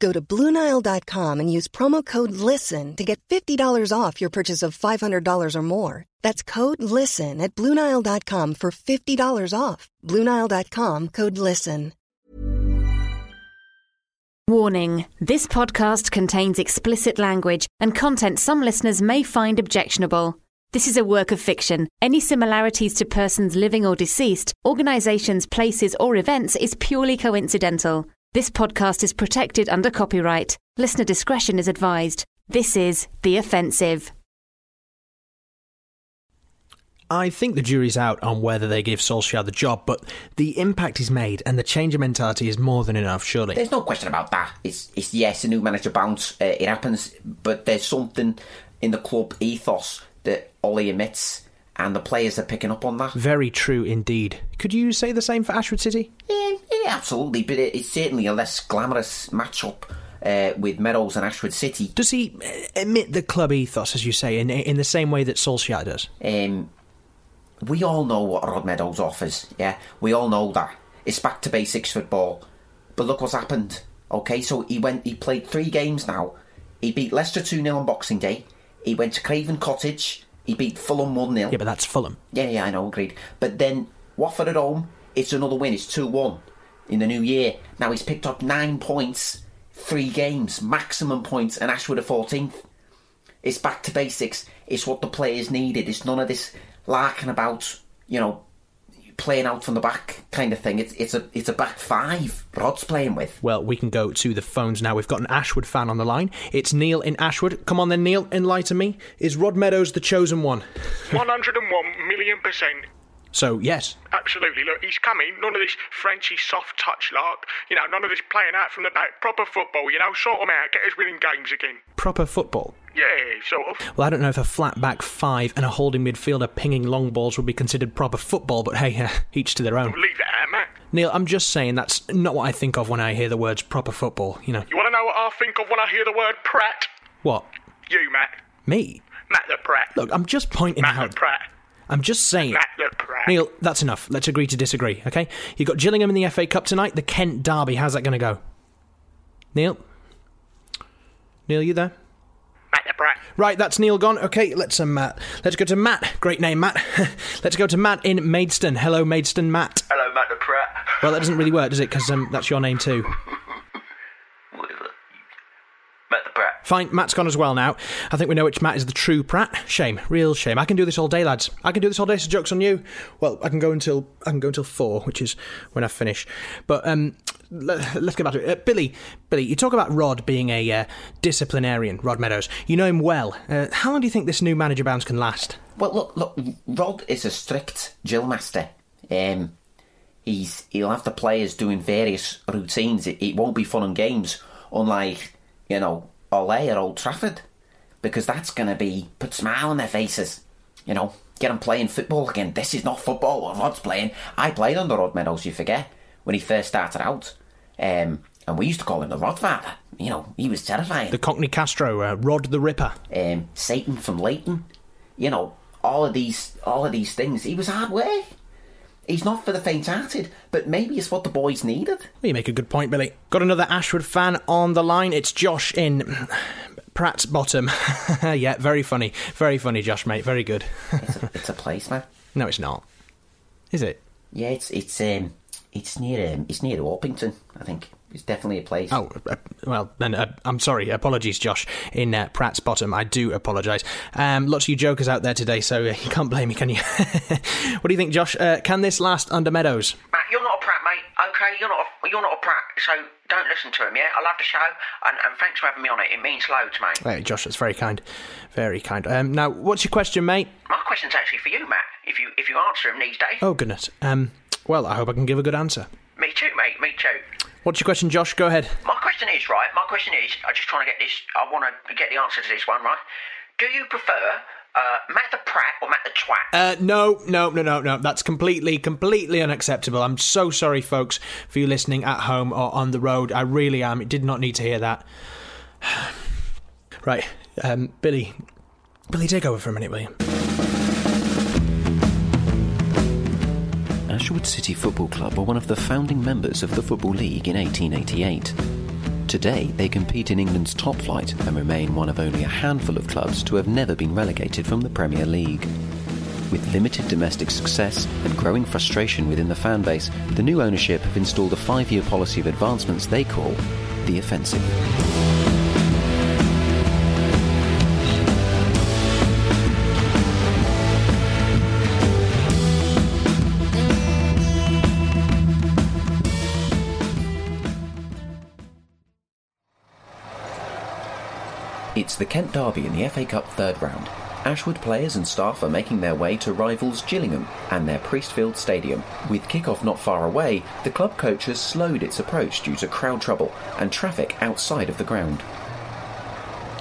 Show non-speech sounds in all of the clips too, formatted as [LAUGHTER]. Go to BlueNile.com and use promo code LISTEN to get $50 off your purchase of $500 or more. That's code LISTEN at BlueNile.com for $50 off. BlueNile.com code LISTEN. Warning this podcast contains explicit language and content some listeners may find objectionable. This is a work of fiction. Any similarities to persons living or deceased, organizations, places, or events is purely coincidental. This podcast is protected under copyright. Listener discretion is advised. This is The Offensive. I think the jury's out on whether they give Solskjaer the job, but the impact he's made and the change of mentality is more than enough, surely. There's no question about that. It's it's yes, a new manager bounce. Uh, it happens, but there's something in the club ethos that Ollie emits, and the players are picking up on that. Very true indeed. Could you say the same for Ashford City? Yeah, yeah, absolutely. But it, it's certainly a less glamorous matchup. Uh, with Meadows and Ashford City. Does he uh, emit the club ethos, as you say, in in the same way that Solskjaer does? Um, we all know what Rod Meadows offers, yeah? We all know that. It's back to basics football. But look what's happened. Okay, so he went he played three games now. He beat Leicester 2 0 on Boxing Day. He went to Craven Cottage. He beat Fulham 1 0. Yeah, but that's Fulham. Yeah, yeah, I know, agreed. But then Watford at home, it's another win, it's 2 1 in the new year. Now he's picked up nine points, three games, maximum points, and Ashwood are 14th. It's back to basics. It's what the players needed. It's none of this larking about, you know, playing out from the back kind of thing. It's it's a it's a back five Rod's playing with. Well, we can go to the phones now. We've got an Ashwood fan on the line. It's Neil in Ashwood. Come on then, Neil, enlighten me. Is Rod Meadows the chosen one? 101 million percent. So yes. Absolutely. Look, he's coming. None of this Frenchy soft touch lark. You know, none of this playing out from the back. Proper football, you know. Sort him out. Get us winning games again. Proper football. Yeah, sort of. Well, I don't know if a flat back five and a holding midfielder pinging long balls would be considered proper football, but hey, [LAUGHS] uh, each to their own. Leave that out, Matt. Neil, I'm just saying that's not what I think of when I hear the words proper football, you know. You want to know what I think of when I hear the word Pratt? What? You, Matt. Me? Matt the Pratt. Look, I'm just pointing Matt out. the Pratt. I'm just saying. Matt the Pratt. Neil, that's enough. Let's agree to disagree, okay? You've got Gillingham in the FA Cup tonight, the Kent Derby. How's that going to go? Neil? Neil, you there? Matt the Pratt. Right, that's Neil gone. Okay, let's um, uh, let's go to Matt. Great name, Matt. [LAUGHS] let's go to Matt in Maidstone. Hello, Maidstone, Matt. Hello, Matt the Pratt. Well, that doesn't really work, does it? Because um, that's your name too. [LAUGHS] Whatever. Matt the Pratt. Fine, Matt's gone as well now. I think we know which Matt is the true Pratt. Shame, real shame. I can do this all day, lads. I can do this all day. So jokes on you. Well, I can go until I can go until four, which is when I finish. But um, let, us get back to it. Uh, Billy, Billy, you talk about Rod being a uh, disciplinarian. Rod Meadows, you know him well. Uh, how long do you think this new manager bounce can last? Well, look, look. Rod is a strict drill master. Um, he's he'll have the players doing various routines. It, it won't be fun and games, unlike you know Olay at Old Trafford, because that's going to be put smile on their faces. You know, get them playing football again. This is not football. What Rod's playing. I played under Rod Meadows. You forget when he first started out. Um, and we used to call him the Rod Father. You know, he was terrifying. The Cockney Castro, uh, Rod the Ripper. um, Satan from Leighton. You know, all of these, all of these things. He was hard work. He's not for the faint-hearted, but maybe it's what the boys needed. Well, you make a good point, Billy. Got another Ashwood fan on the line. It's Josh in [CLEARS THROAT] Pratt's Bottom. [LAUGHS] yeah, very funny. Very funny, Josh, mate. Very good. [LAUGHS] It's a, it's a place, man. no, it's not. Is it? Yeah, it's it's um, it's near um, it's near Orpington, I think. It's definitely a place. Oh, uh, well, then uh, I'm sorry. Apologies, Josh, in uh, Pratt's Bottom. I do apologise. Um, lots of you jokers out there today, so uh, you can't blame me, can you? [LAUGHS] what do you think, Josh? Uh, can this last under Meadows? Matt, you're not a prat, mate. Okay, you're not a, you're not a prat, so don't listen to him, yeah? I love the show, and, and thanks for having me on it. It means loads, mate. Hey, Josh, that's very kind. Very kind. Um, now, what's your question, mate? My question's actually for you, Matt, if you if you answer him these days. Oh, goodness. Um, well, I hope I can give a good answer. Me too, mate, me too. What's your question, Josh? Go ahead. My question is, right, my question is, I'm just trying to get this, I want to get the answer to this one, right? Do you prefer uh, Matt the Prat or Matt the Twat? Uh, no, no, no, no, no. That's completely, completely unacceptable. I'm so sorry, folks, for you listening at home or on the road. I really am. It did not need to hear that. [SIGHS] right, um, Billy. Billy, take over for a minute, will you? Ashwood City Football Club were one of the founding members of the Football League in 1888. Today, they compete in England's top flight and remain one of only a handful of clubs to have never been relegated from the Premier League. With limited domestic success and growing frustration within the fan base, the new ownership have installed a five year policy of advancements they call the offensive. It's the Kent Derby in the FA Cup third round. Ashwood players and staff are making their way to rivals Gillingham and their Priestfield Stadium. With kickoff not far away, the club coach has slowed its approach due to crowd trouble and traffic outside of the ground.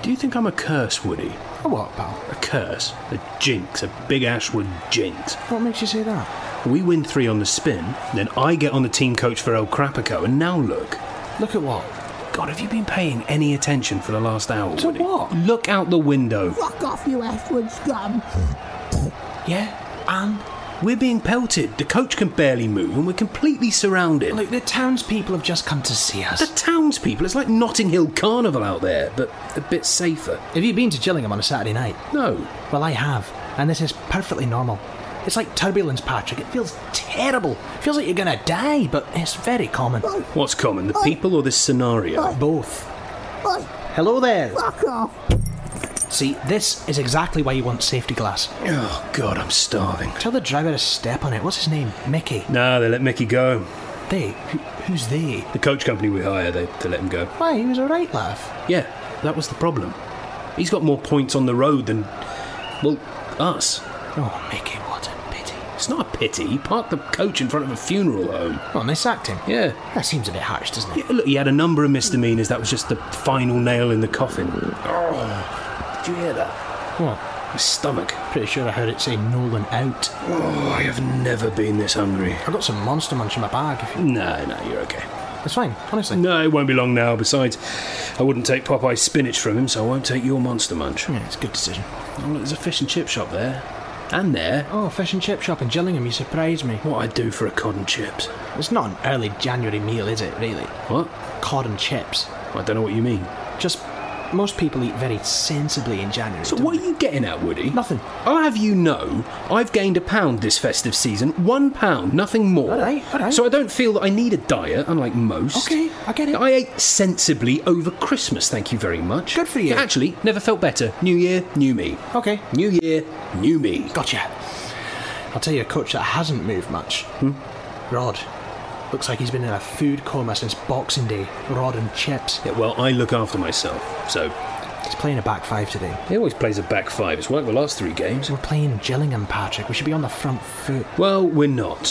Do you think I'm a curse, Woody? A what, pal? A curse? A jinx? A big Ashwood jinx? What makes you say that? We win three on the spin, then I get on the team coach for El Crapico, and now look. Look at what? God, have you been paying any attention for the last hour? To Woody? what? Look out the window. Fuck off, you Ashwood scum. Yeah, and We're being pelted. The coach can barely move, and we're completely surrounded. look, the townspeople have just come to see us. the townspeople, it's like Notting Hill Carnival out there, but a bit safer. Have you been to Gillingham on a Saturday night? No, Well, I have, and this is perfectly normal. It's like turbulence, Patrick. It feels terrible. It feels like you're gonna die, but it's very common. What's common, Oh. the people or this scenario? Both. Oi, Hello there. fuck off. See, this is exactly why you want safety glass. Oh, God, I'm starving. Tell the driver to step on it. What's his name? Mickey. No, they let Mickey go. They? Who, who's they? The coach company we hire, they, they let him go. Why, he was alright, laugh. Yeah, that was the problem. He's got more points on the road than, well, us. Oh, Mickey, what a pity. It's not a pity. He parked the coach in front of a funeral home. Well, and they sacked him. Yeah. That seems a bit harsh, doesn't it? Yeah, Look, he had a number of misdemeanors. That was just the final nail in the coffin. Oh, did you hear that? Well, My stomach. pretty sure I heard it say Nolan out. Oh, I have never been this hungry. I got some monster munch in my bag. If you... No, no, you're okay. It's fine, honestly. No, it won't be long now. Besides, I wouldn't take Popeye's spinach from him, so I won't take your monster munch. Yeah, it's a good decision. Oh, look, there's a fish and chip shop there. And there. Oh, fish and chip shop in Gillingham, you surprised me. What I'd do for a cod and chips. It's not an early January meal, is it, really? What? Cod and chips. I don't know what you mean. Just, most people eat very sensibly in January. So don't what they? are you getting at, Woody? Nothing. I'll have you know, I've gained a pound this festive season. One pound, nothing more. All right, all right. So I don't feel that I need a diet, unlike most. Okay, I get it. I ate sensibly over Christmas, thank you very much. Good for you. Yeah, actually, never felt better. New year, new me. Okay. New year, new me. Gotcha. I'll tell you a coach that hasn't moved much. Hmm? Rod. Looks like he's been in a food coma since Boxing Day. Rod and chips. Yeah, well, I look after myself, so He's playing a back five today. he always plays a back five. It's like the last three games. We're playing Gillingham, Patrick. We should be on the front foot. Well, we're not.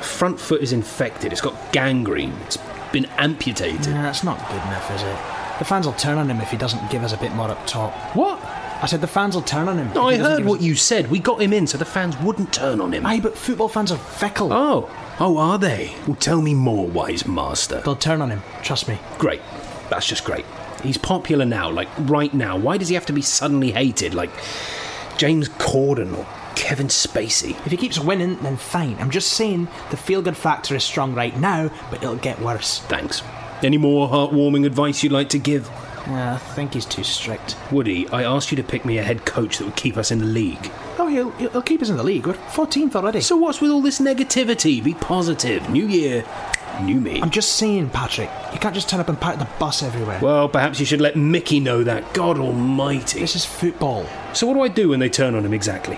Front foot is infected. It's got gangrene. It's been amputated. Nah, that's not good enough, is it? The fans will turn on him if he doesn't give us a bit more up top. What? I said the fans will turn on him. No, if I he doesn't heard give us- what you said. We got him in so the fans wouldn't turn on him. Aye, but football fans are fickle. Oh, oh, are they? Well, tell me more, wise master. They'll turn on him. Trust me. Great. That's just great. He's popular now, like right now. Why does he have to be suddenly hated, like James Corden or Kevin Spacey? If he keeps winning, then fine. I'm just saying the feel-good factor is strong right now, but it'll get worse. Thanks. Any more heartwarming advice you'd like to give? Yeah, I think he's too strict. Woody, I asked you to pick me a head coach that would keep us in the league. Oh, he'll, he'll keep us in the league. We're 14th already. So what's with all this negativity? Be positive. New year, knew me. I'm just saying, Patrick, you can't just turn up and pat the bus everywhere. Well, perhaps you should let Mickey know that. God almighty. This is football. So, what do I do when they turn on him exactly?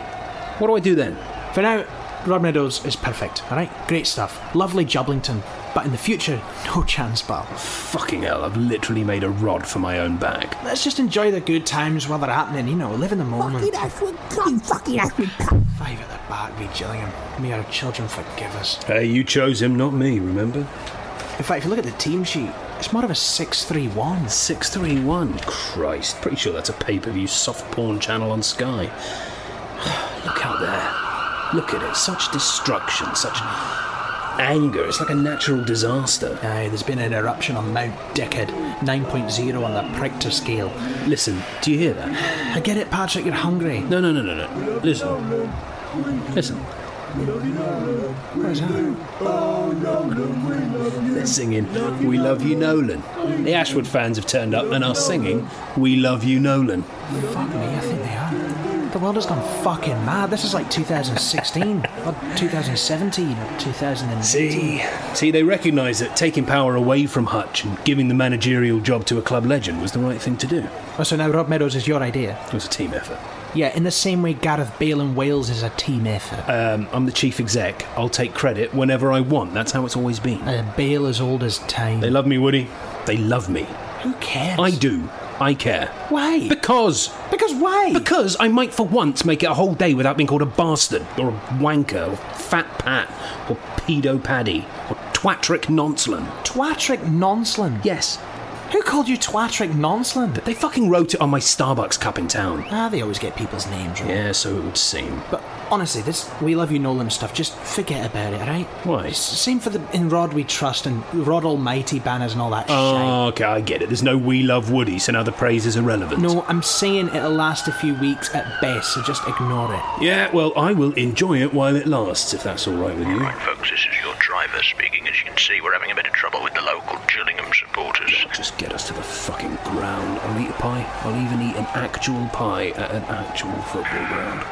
What do I do then? For now, Rod Meadows is perfect, alright? Great stuff. Lovely Jublington. But in the future, [LAUGHS] no chance, pal. Fucking hell, I've literally made a rod for my own back. Let's just enjoy the good times while they're happening, you know, live in the moment. Fucking Ashwood cum. Fucking Ashwood cum. Five at the back, V. Gillingham. May our children forgive us. Hey, you chose him, not me, remember? In fact, if you look at the team sheet, it's more of a 6 3 1. 631. Christ, pretty sure that's a pay per view soft porn channel on Sky. [SIGHS] Look out there. Look at it. Such destruction, such anger. It's like a natural disaster. Aye, there's been an eruption on Mount Dickhead, 9.0 on the Prictor scale. Listen, do you hear that? I get it, Patrick, you're hungry. No, no, no, no, no. Listen. Listen. What is that? They're singing We Love You Nolan. The Ashwood fans have turned up and are singing We Love You Nolan. Fuck me, I think they are. The world has gone fucking mad. This is like 2016, or 2017, or 2019. See, see, they recognise that taking power away from Hutch and giving the managerial job to a club legend was the right thing to do. Oh, so now Rob Meadows is your idea? It was a team effort. Yeah, in the same way Gareth Bale in Wales is a team effort. Um, I'm the chief exec. I'll take credit whenever I want. That's how it's always been. Uh, Bale as old as time. They love me, Woody. They love me. Who cares? I do. I care. Why? Because. because why? Because I might for once make it a whole day without being called a bastard, or a wanker, or fat pat, or pedo paddy, or twatrick nonslin. Twatrick Nonslin. Yes, Who called you Twatrick Nonslin? they fucking wrote it on my Starbucks cup in town. Ah, they always get people's names wrong. Yeah, so it would seem. But honestly, this We Love You Nolan stuff, just forget about it, alright? Why? S- Same for the In Rod We Trust and Rod Almighty banners and all that shit. Oh, okay, I get it. There's no We Love Woody, so now the praise is irrelevant. No, I'm saying it'll last a few weeks at best, so just ignore it. Yeah, well, I will enjoy it while it lasts, if that's all right with you. Right, folks, this is your driver speaking. As you can see, we're having a bit of trouble with the local Gillingham supporters. Just get us to the fucking ground. I'll eat a pie. I'll even eat an actual pie at an actual football ground.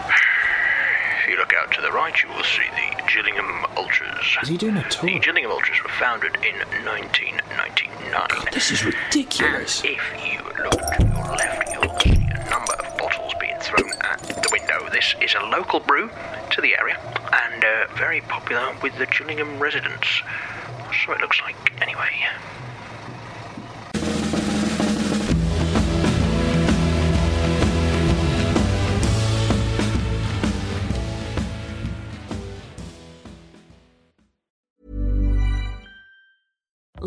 If you look out to the right, you will see the Gillingham Ultras. Is he doing a tour? The Gillingham Ultras were founded in 1999. This is ridiculous. And if you look to your left, you'll see a number of bottles being thrown at the window. This is a local brew to the area and uh, very popular with the Gillingham residents. So it looks like, anyway.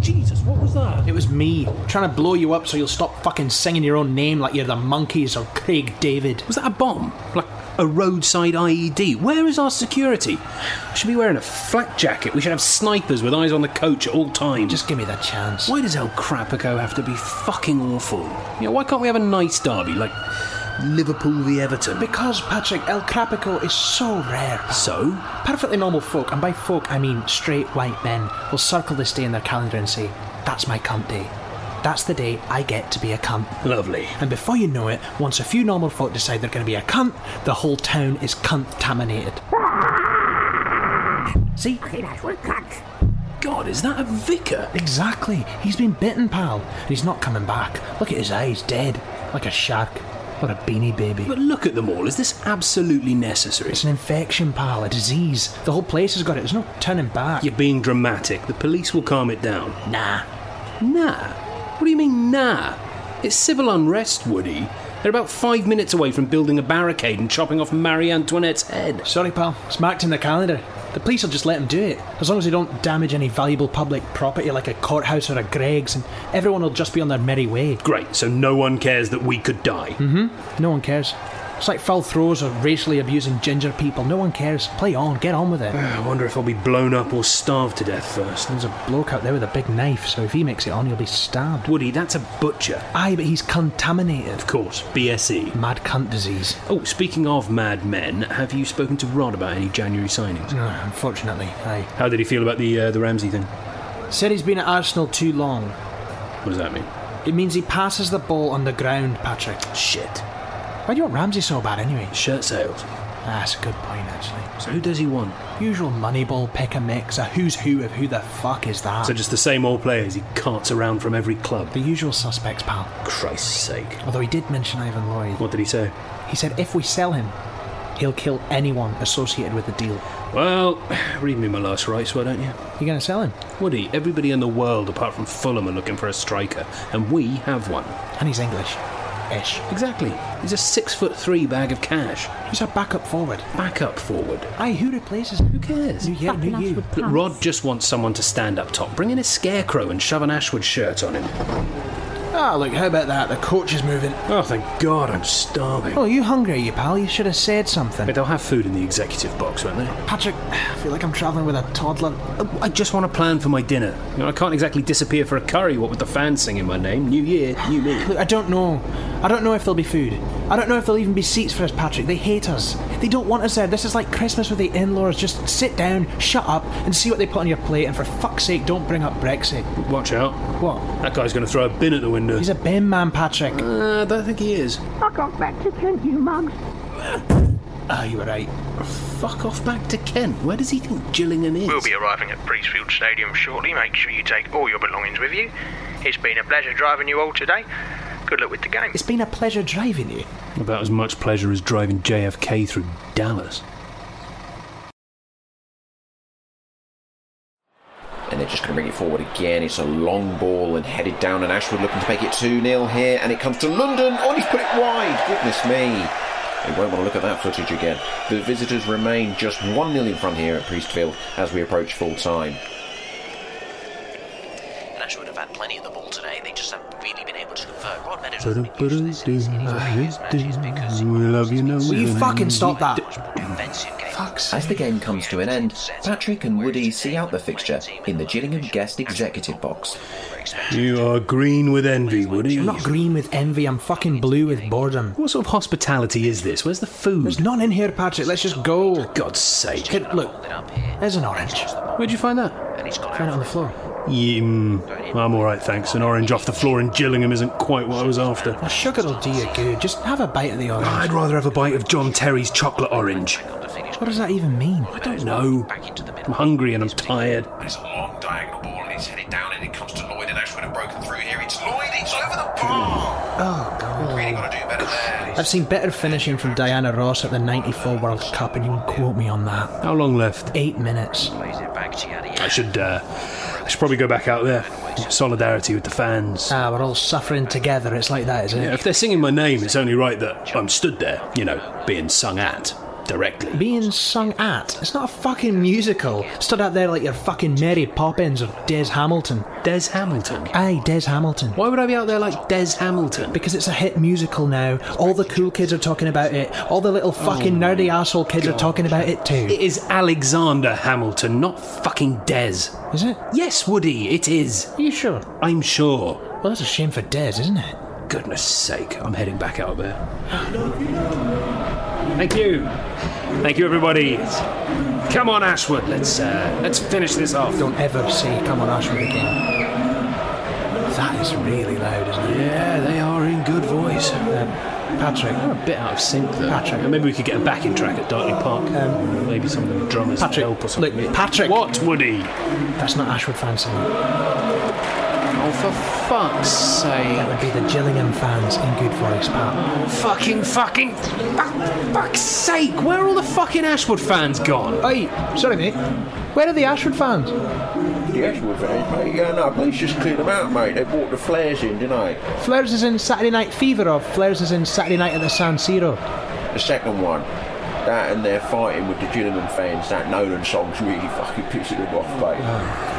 Jesus, what was that? It was me trying to blow you up so you'll stop fucking singing your own name like you're the monkeys or Craig David. Was that a bomb? Like a roadside IED? Where is our security? I should be wearing a flak jacket. We should have snipers with eyes on the coach at all times. Just give me that chance. Why does El Crapico have to be fucking awful? You know, why can't we have a nice derby like Liverpool v Everton? Because Patrick El Crapico is so rare. pal. So? Perfectly normal folk, and by folk I mean straight white men, will circle this day in their calendar and say, That's my cunt day. That's the day I get to be a cunt. Lovely. And before you know it, once a few normal folk decide they're going to be a cunt, the whole town is contaminated. See? God, is that a vicar? Exactly. He's been bitten, pal. And he's not coming back. Look at his eyes, dead. Like a shark. Or a beanie baby. But look at them all. Is this absolutely necessary? It's an infection, pal. A disease. The whole place has got it. There's no turning back. You're being dramatic. The police will calm it down. Nah. Nah. What do you mean, nah? It's civil unrest, Woody. They're about five minutes away from building a barricade and chopping off Marie Antoinette's head. Sorry, pal. It's marked in the calendar. The police will just let him do it, as long as they don't damage any valuable public property like a courthouse or a Greg's, and everyone will just be on their merry way. Great, so no one cares that we could die. No one cares. It's like foul throws or racially abusing ginger people. No one cares. Play on, get on with it. I wonder if I'll be blown up or starved to death first. There's a bloke out there with a big knife, so if he makes it on, he'll be stabbed. Woody, that's a butcher. Aye, but he's contaminated. Of course, BSE. Mad cunt disease. Oh, speaking of Mad Men, have you spoken to Rod about any January signings? No, unfortunately, aye. How did he feel about the uh, the Ramsey thing? Said he's been at Arsenal too long. What does that mean? It means he passes the ball on the ground, Patrick. Shit. Why do you want Ramsey so bad anyway? Shirt sales. That's a good point, actually. So who does he want? Usual Moneyball pick a mix, a who's who of who the fuck is that? So just the same old players he carts around from every club. the usual suspects, pal. Christ's sake. Although he did mention Ivan Lloyd. What did he say? He said if we sell him, he'll kill anyone associated with the deal. Well, read me my last rights, why don't you? You gonna sell him? Woody, everybody in the world apart from Fulham are looking for a striker, and we have one. And he's English. Ish. Exactly. He's a six foot three bag of cash. He's our backup forward. Backup forward. Aye, who replaces him? Who cares? New year, new you. Look, Rod just wants someone to stand up top. Bring in a scarecrow and shove an Ashwood shirt on him. Ah, look, how about that? The coach is moving. Oh, thank God, I'm starving. Oh, you hungry, you pal? You should have said something. But they'll have food in the executive box, won't they? Patrick, I feel like I'm travelling with a toddler. Oh, I just want to plan for my dinner. You know, I can't exactly disappear for a curry, what with the fans singing my name. New year, new me. Look, I don't know. I don't know if there'll be food. I don't know if there'll even be seats for us, Patrick. They hate us. They don't want us there. This is like Christmas with the in laws. Just sit down, shut up, and see what they put on your plate, and for fuck's sake, don't bring up Brexit. Watch out. What? That guy's going to throw a bin at the window. He's a bin man, Patrick. Uh, I don't think he is. I got back to Kent, you mugs. Ah, you were right. Fuck off back to Kent. Where does he think Gillingham is? We'll be arriving at Priestfield Stadium shortly. Make sure you take all your belongings with you. It's been a pleasure driving you all today. Good luck with the game. It's been a pleasure driving you. About as much pleasure as driving JFK through Dallas. and they're just going to bring it forward again. It's a long ball and headed down, and Ashwood looking to make it 2 0 here, and it comes to London. Oh, and he's put it wide. Goodness me. We won't want to look at that footage again. The visitors remain just 1 0 in front here at Priestfield as we approach full time. And Ashwood have had plenty of the ball today. They just haven't really been able to convert. Rod Meadows We has been used to this in his previous matches because he love you, no Will you fucking stop that? was defensive game. As the game comes to an end, Patrick and Woody see out the fixture in the Gillingham guest executive box. You are green with envy, Woody. I'm not green with envy, I'm fucking blue with boredom. What sort of hospitality is this? Where's the food? There's none in here, Patrick. Let's just go. God's sake. Kid, look, there's an orange. Where'd you find that? And he's gone Found out it on the floor. I'm all right, thanks. An orange off the floor in Gillingham isn't quite what I was after. Now, sugar will do you good. Just have a bite of the orange. I'd rather have a bite of John Terry's chocolate orange. What does that even mean? I don't know. I'm hungry and I'm tired. And it's a long diagonal ball, and it's headed down, and it comes to Lloyd, and Ashwood have broken through here. It's Lloyd, it's over the bar. Oh, God. Got to do better there. I've seen better finishing from Diana Ross at the 94 World Cup, and you won't quote me on that. How long left? Eight minutes. plays it back to Yadi. I should, uh, I Should probably go back out there. Solidarity with the fans. Ah, we're all suffering together. It's like that, isn't it? Yeah, if they're singing my name, it's only right that I'm stood there, you know, being sung at directly. Being sung at. It's not a fucking musical. Stood out there like you're fucking Mary Poppins or Des Hamilton. Des Hamilton? Aye, Des Hamilton. Why would I be out there like Des Hamilton? Because it's a hit musical now. All the cool kids are talking about it. All the little fucking Oh nerdy asshole kids are talking about it too. It is Alexander Hamilton, not fucking Des. Is it? Yes, Woody, it is. Are you sure? I'm sure. Well, that's a shame for Des, isn't it? Goodness sake, I'm heading back out there. Thank you. Thank you, everybody. Come on, Ashwood. Let's uh, let's finish this off. Don't ever say come on Ashwood again. That is really loud, isn't it? Um, Yeah, they are in good voice. Oh, Patrick. a bit out of sync though. Patrick. Um, maybe we could get a backing track at Dartley Park. maybe some of the drummers would Patrick, help or something. look, Patrick. What, Woody? That's not Ashwood fans singing. Oh, for fuck's That sake! would be the Gillingham fans in good voice, Pat. Fucking, fucking, fuck, fuck's sake! Where are all the fucking Ashwood fans gone? Oi, sorry mate. Where are the Ashwood fans? The Ashwood fans, mate. Yeah, no, police just cleared them out, mate. They brought the flares in, didn't they? Flares is in Saturday Night Fever or Flares is in Saturday Night at the San Siro. The second one, that and their fighting with the Gillingham fans, that Nolan song's really fucking pissing them off, mate.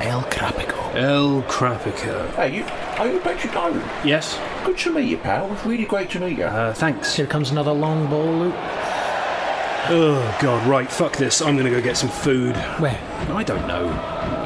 El Crapico. El Crapico. Hey, you, are you Patrick Nolan? Yes. Good to meet you, pal. It's really great to meet you. Uh, thanks. Here comes another long ball, Luke. Oh God, right, fuck this. I'm gonna go get some food. Where? I don't know.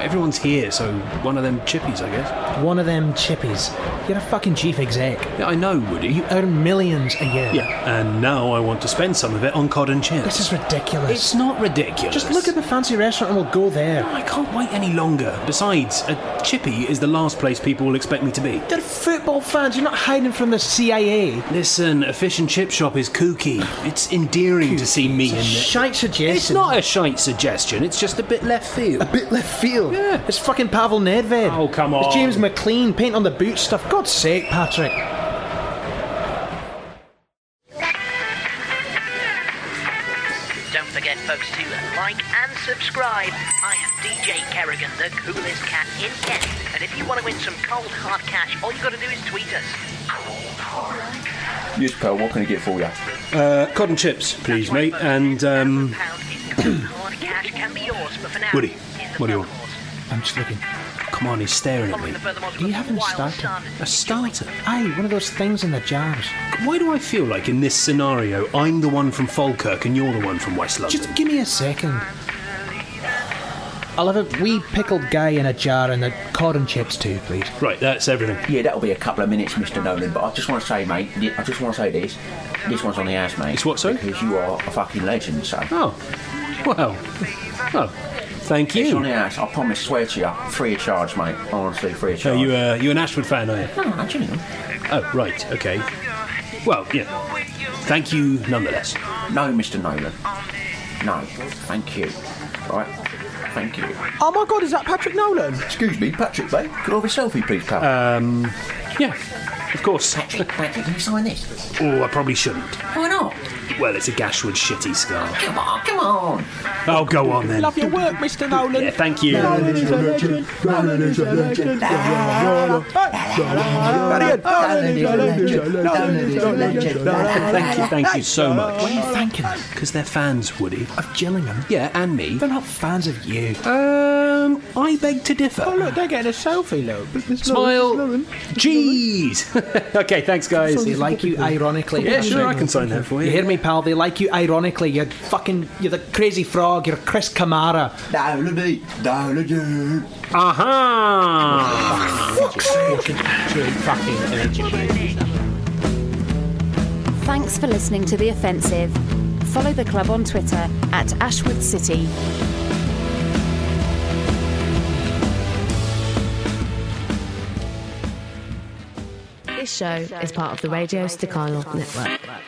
Everyone's here, so one of them chippies, I guess. One of them chippies. You're a fucking chief exec. Yeah, I know, Woody. You earn millions a year. Yeah, and now I want to spend some of it on cod and chips. This is ridiculous. It's not ridiculous. Just look at the fancy restaurant and we'll go there. I can't wait any longer. Besides, a chippy is the last place people will expect me to be. They're football fans. You're not hiding from the CIA. Listen, a fish and chip shop is kooky. It's endearing to see me in It's a it. shite suggestion. It's not a shite suggestion. It's just a bit left field. A bit left field. Yeah. It's fucking Pavel Nedved. Oh, come on. It's James McLean, paint on the boot stuff. God's sake, Patrick. Don't forget, folks, to like and subscribe. I am DJ Kerrigan, the coolest cat in Kent. And if you want to win some cold hard cash, all you got to do is tweet us. Yes, pal. What can I get for you? Uh, cod and chips, please, mate. And um, Pound in cold hard cash can be yours, but for now, Woody, here's the what do you want? Furthermores. I'm just looking. come on, he's staring at Following me. the Furthermores You with haven't Wild started. Sun. A starter. Aye, one of those things in the jars. Why do I feel like in this scenario I'm the one from Falkirk and you're the one from West London? Just give me a second. I'll have a wee pickled guy in a jar and the cod and chips too, please. Right, that's everything. Yeah, that'll be a couple of minutes, Mr. Nolan. But I just want to say, mate, y- I just want to say this. This one's on the house, mate. It's what, sorry? Because you are a fucking legend, so. Oh, well, oh, thank It's on you. the house. I promise, swear to you, free of charge, mate. Honestly, free of Are charge. you uh, you an Ashford fan, are you? No, actually, no. Oh, right, okay. Well, yeah. Thank you nonetheless. No, Mr. Nolan. No, thank you. Right, thank you. Oh my god, is that Patrick Nolan? Excuse me, Patrick, mate. Could I have a selfie, please, pal? Um, yeah, of course. Patrick, Patrick, can you sign this? Oh, I probably shouldn't. Why not? Well, it's a Gashwood shitty scarf. Come on, come on. Oh, go on then. Love your work, Mr. Nolan. Yeah, thank you. Thank you, thank you so much. you thanking them? Because they're fans, Woody. Of Gillingham? Yeah, and me. They're not fans of you. Um, I beg to differ. they're getting a selfie, look. Smile. Jeez. [LAUGHS] okay, thanks, guys. They like you ironically. Yeah, sure, I can sign that for You you. hear me, pal? They like you ironically. You're fucking, you're the crazy frog. You're Chris Kamara. Nolan, mate. Nolan. Aha! Thanks for listening to The Offensive. Follow the club on Twitter at Ashwood City. This show is part of the Radio Staccato Network.